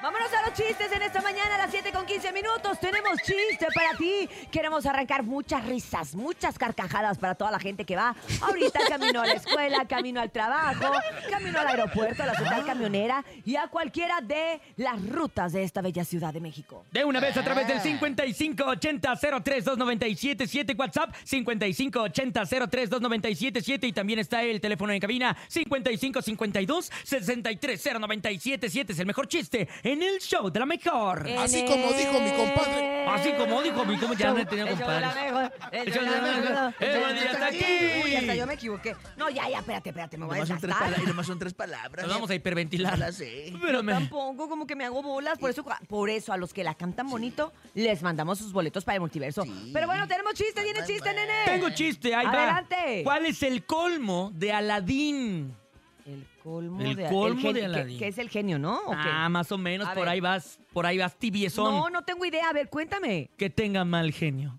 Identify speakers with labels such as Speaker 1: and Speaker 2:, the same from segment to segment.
Speaker 1: Vámonos a los chistes en esta mañana a las 7 con 15 minutos. Tenemos chiste para ti. Queremos arrancar muchas risas, muchas carcajadas para toda la gente que va ahorita camino a la escuela, camino al trabajo, camino al aeropuerto, a la
Speaker 2: Ah.
Speaker 1: central camionera y a cualquiera de las rutas de esta bella ciudad de México.
Speaker 3: De una vez a través
Speaker 1: Eh.
Speaker 3: del 5580-032977 WhatsApp, 5580-032977 y también está el teléfono en cabina, 5552-630977 es el mejor chiste en el show de la mejor.
Speaker 1: En
Speaker 2: Así como dijo mi compadre.
Speaker 1: el-
Speaker 3: Así como dijo mi como ya no he tenido
Speaker 1: El show de la
Speaker 3: compadres.
Speaker 1: mejor, el show de la mejor, show
Speaker 3: El
Speaker 1: de la
Speaker 3: buen día está aquí.
Speaker 1: Uy, hasta yo me equivoqué. No, ya, ya, espérate, espérate, me voy a
Speaker 4: Nomás son, tres
Speaker 1: desgastar.
Speaker 4: pala- y nomás son tres palabras.
Speaker 3: Nos vamos a
Speaker 4: No
Speaker 3: hiperventilar.
Speaker 4: la sé.
Speaker 3: Pero me...
Speaker 1: Tampoco, como que me hago bolas. Por eso, por eso, a los que la cantan bonito, les mandamos sus boletos para el multiverso.
Speaker 4: Sí.
Speaker 1: Pero bueno, tenemos chiste, viene chiste, nene.
Speaker 3: Tengo chiste, ahí va.
Speaker 1: Adelante.
Speaker 3: ¿Cuál es el colmo de Aladín?
Speaker 1: El colmo,
Speaker 3: El
Speaker 1: de,
Speaker 3: colmo
Speaker 1: genio-
Speaker 3: de
Speaker 1: que-
Speaker 3: Aladín.
Speaker 1: Que, es el genio, ¿no? ¿O qué?
Speaker 3: Ah, más o menos,
Speaker 1: A
Speaker 3: por
Speaker 1: ver.
Speaker 3: ahí vas, por ahí vas tibiezón.
Speaker 1: no, no tengo idea. A ver, cuéntame.
Speaker 3: Que tenga mal genio.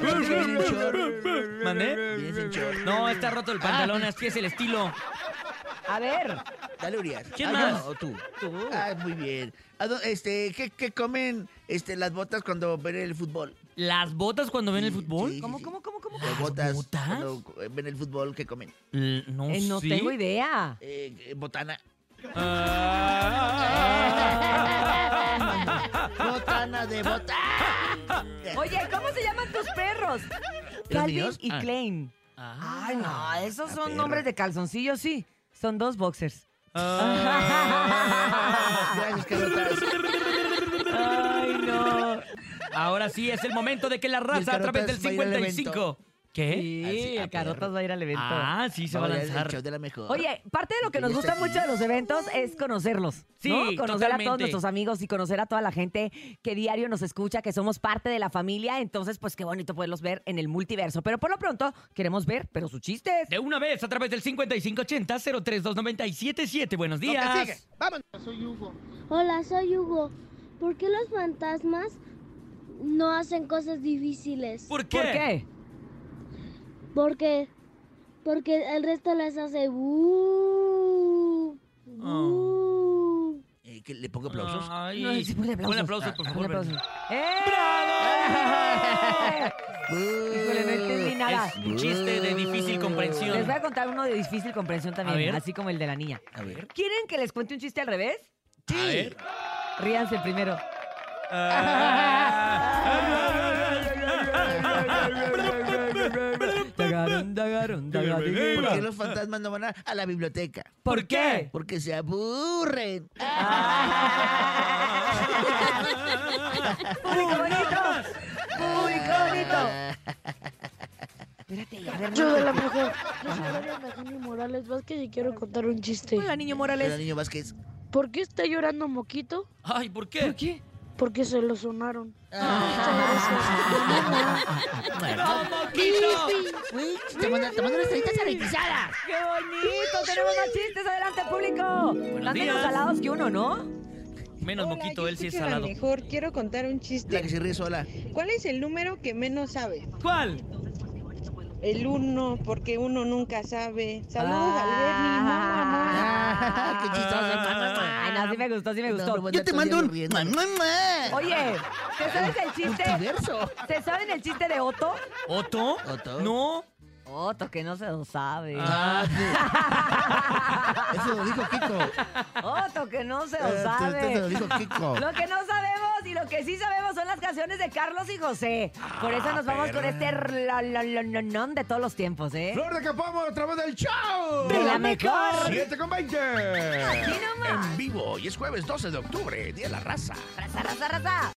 Speaker 4: Vienes en short.
Speaker 3: ¿Mandé?
Speaker 4: Vienes en short.
Speaker 3: No, está roto el pantalón, así es el estilo.
Speaker 1: A ver.
Speaker 4: Dale, Urias.
Speaker 3: ¿Quién
Speaker 4: Ah,
Speaker 3: más?
Speaker 4: yo, o tú. Ah, muy bien. ¿A dó- este, ¿qué, qué comen este, las botas cuando ven el fútbol?
Speaker 3: ¿Las botas cuando ven el
Speaker 4: Sí,
Speaker 3: fútbol?
Speaker 4: sí,
Speaker 1: ¿Cómo,
Speaker 4: sí.
Speaker 1: cómo, cómo,
Speaker 3: Ah,
Speaker 1: cómo?
Speaker 4: Las botas,
Speaker 3: botas?
Speaker 4: cuando eh, ven el fútbol, ¿qué comen?
Speaker 3: L- No,
Speaker 1: Eh, no
Speaker 3: sé.
Speaker 1: tengo idea.
Speaker 4: Eh, eh, botana.
Speaker 3: Ah.
Speaker 4: Botana de botana.
Speaker 1: Oye, ¿cómo se llaman tus perros? Calvin
Speaker 4: míos?
Speaker 1: y
Speaker 3: Ah.
Speaker 1: Klein. Ay, no, esos son nombres de calzoncillos, sí. Son dos boxers.
Speaker 3: Ah.
Speaker 4: Gracias, Carlotas.
Speaker 3: Ay, no. Ahora sí es el momento de que la
Speaker 4: Y el
Speaker 3: raza a través del
Speaker 4: Carotas va a ir al
Speaker 3: 55. ¿Qué?
Speaker 1: Sí,
Speaker 4: Así, a
Speaker 1: el Carotas
Speaker 4: perro.
Speaker 1: va a ir al evento.
Speaker 3: Ah, sí, se va a
Speaker 4: Ahora es el
Speaker 3: lanzar.
Speaker 4: show de la mejor.
Speaker 1: Oye, parte de lo que nos
Speaker 4: Porque ya
Speaker 1: gusta
Speaker 4: está aquí.
Speaker 1: mucho de los eventos es conocerlos,
Speaker 3: Sí,
Speaker 1: ¿no? Conocer a todos
Speaker 3: totalmente.
Speaker 1: nuestros amigos y conocer a toda la gente que diario nos escucha, que somos parte de la familia. Entonces, pues qué bonito poderlos ver en el multiverso. Pero por lo pronto, queremos ver, pero sus chistes.
Speaker 3: De una vez a través del 5580-032977. Buenos
Speaker 4: Lo que sigue.
Speaker 3: días.
Speaker 4: Vamos.
Speaker 5: soy Hugo. Hola, soy Hugo. ¿Por qué los fantasmas no hacen cosas difíciles?
Speaker 3: ¿Por
Speaker 1: ¿Por qué?
Speaker 5: Porque porque el resto las hace "Bú, bú".
Speaker 4: Eh, que le pongo aplausos.
Speaker 3: Ay.
Speaker 1: No, sí, ponle aplausos. Ah,
Speaker 3: Un aplauso, por
Speaker 1: Un
Speaker 3: favor.
Speaker 1: aplauso. ¡Eh!
Speaker 3: ¡Bravo!
Speaker 1: Híjole, no entendí nada.
Speaker 3: Es un chiste de difícil
Speaker 1: Les
Speaker 3: comprensión.
Speaker 1: voy a contar uno de difícil comprensión
Speaker 3: A
Speaker 1: también,
Speaker 3: ver.
Speaker 1: así como el de la niña.
Speaker 4: A ver.
Speaker 1: ¿Quieren que les cuente un chiste al revés?
Speaker 3: A ver.
Speaker 1: Ríanse primero.
Speaker 3: Ah.
Speaker 1: Dagarun, dagarun, dagarun.
Speaker 4: ¿Por qué los fantasmas no van a, a la biblioteca?
Speaker 3: ¿Por qué?
Speaker 4: Porque se aburren.
Speaker 1: ¡Público bonito! ¡Público bonito! Espérate, a ver,
Speaker 5: Yo
Speaker 1: no.
Speaker 5: de la mejor. Yo soy Gloria Alejandra Morales Vázquez y quiero contar un chiste.
Speaker 1: Hola, niño
Speaker 4: Pero
Speaker 1: Morales.
Speaker 4: niño Vázquez.
Speaker 5: ¿Por qué está llorando Moquito?
Speaker 3: Ay, ¿por qué?
Speaker 1: qué?
Speaker 5: Porque se lo sonaron.
Speaker 3: ¡No, Ah, moquito!
Speaker 4: Uy, te mandan te mandan las taritas sanitizadas.
Speaker 1: ¡Qué bonito! Tenemos más chistes. Adelante, público. Más menos
Speaker 3: días.
Speaker 1: salados que uno, ¿no?
Speaker 3: Menos
Speaker 6: Hola,
Speaker 3: moquito,
Speaker 6: yo
Speaker 3: él sí es
Speaker 6: escucho la
Speaker 3: salado.
Speaker 6: Mejor quiero contar un
Speaker 4: La que
Speaker 6: chiste.
Speaker 4: se ríe sola.
Speaker 6: ¿Cuál es el número que menos sabe?
Speaker 3: ¿Cuál?
Speaker 6: El uno, porque uno nunca sabe. Saludos al Bernie, mamá.
Speaker 4: Ah, qué chistosa, mamá.
Speaker 1: Ah. Ay, no, sí me gustó, sí me
Speaker 4: No,
Speaker 1: gustó.
Speaker 4: bueno, estoy riendo. Mamá.
Speaker 1: Oye, ¿te sabes el chiste?
Speaker 4: Multiverso.
Speaker 1: ¿Te saben el chiste de Otto?
Speaker 3: ¿Otto?
Speaker 4: Otto.
Speaker 3: No.
Speaker 1: Otto, que no se lo sabe.
Speaker 3: Ah,
Speaker 4: Eso lo dijo Kiko.
Speaker 1: Otto, que no se lo
Speaker 4: Eh, te- te- te lo
Speaker 1: sabe.
Speaker 4: dijo Kiko.
Speaker 1: Lo que no sabemos y lo que sí sabemos son las canciones de Carlos y José. Por eso nos vamos con este rlalalalanón de todos los tiempos, ¿eh?
Speaker 7: Flor de Capamo a través del show.
Speaker 1: De la mejor.
Speaker 7: 7 con 20.
Speaker 1: Aquí nomás.
Speaker 2: vivo y es jueves 12 de octubre, Día de la Raza.
Speaker 1: Raza, raza, raza.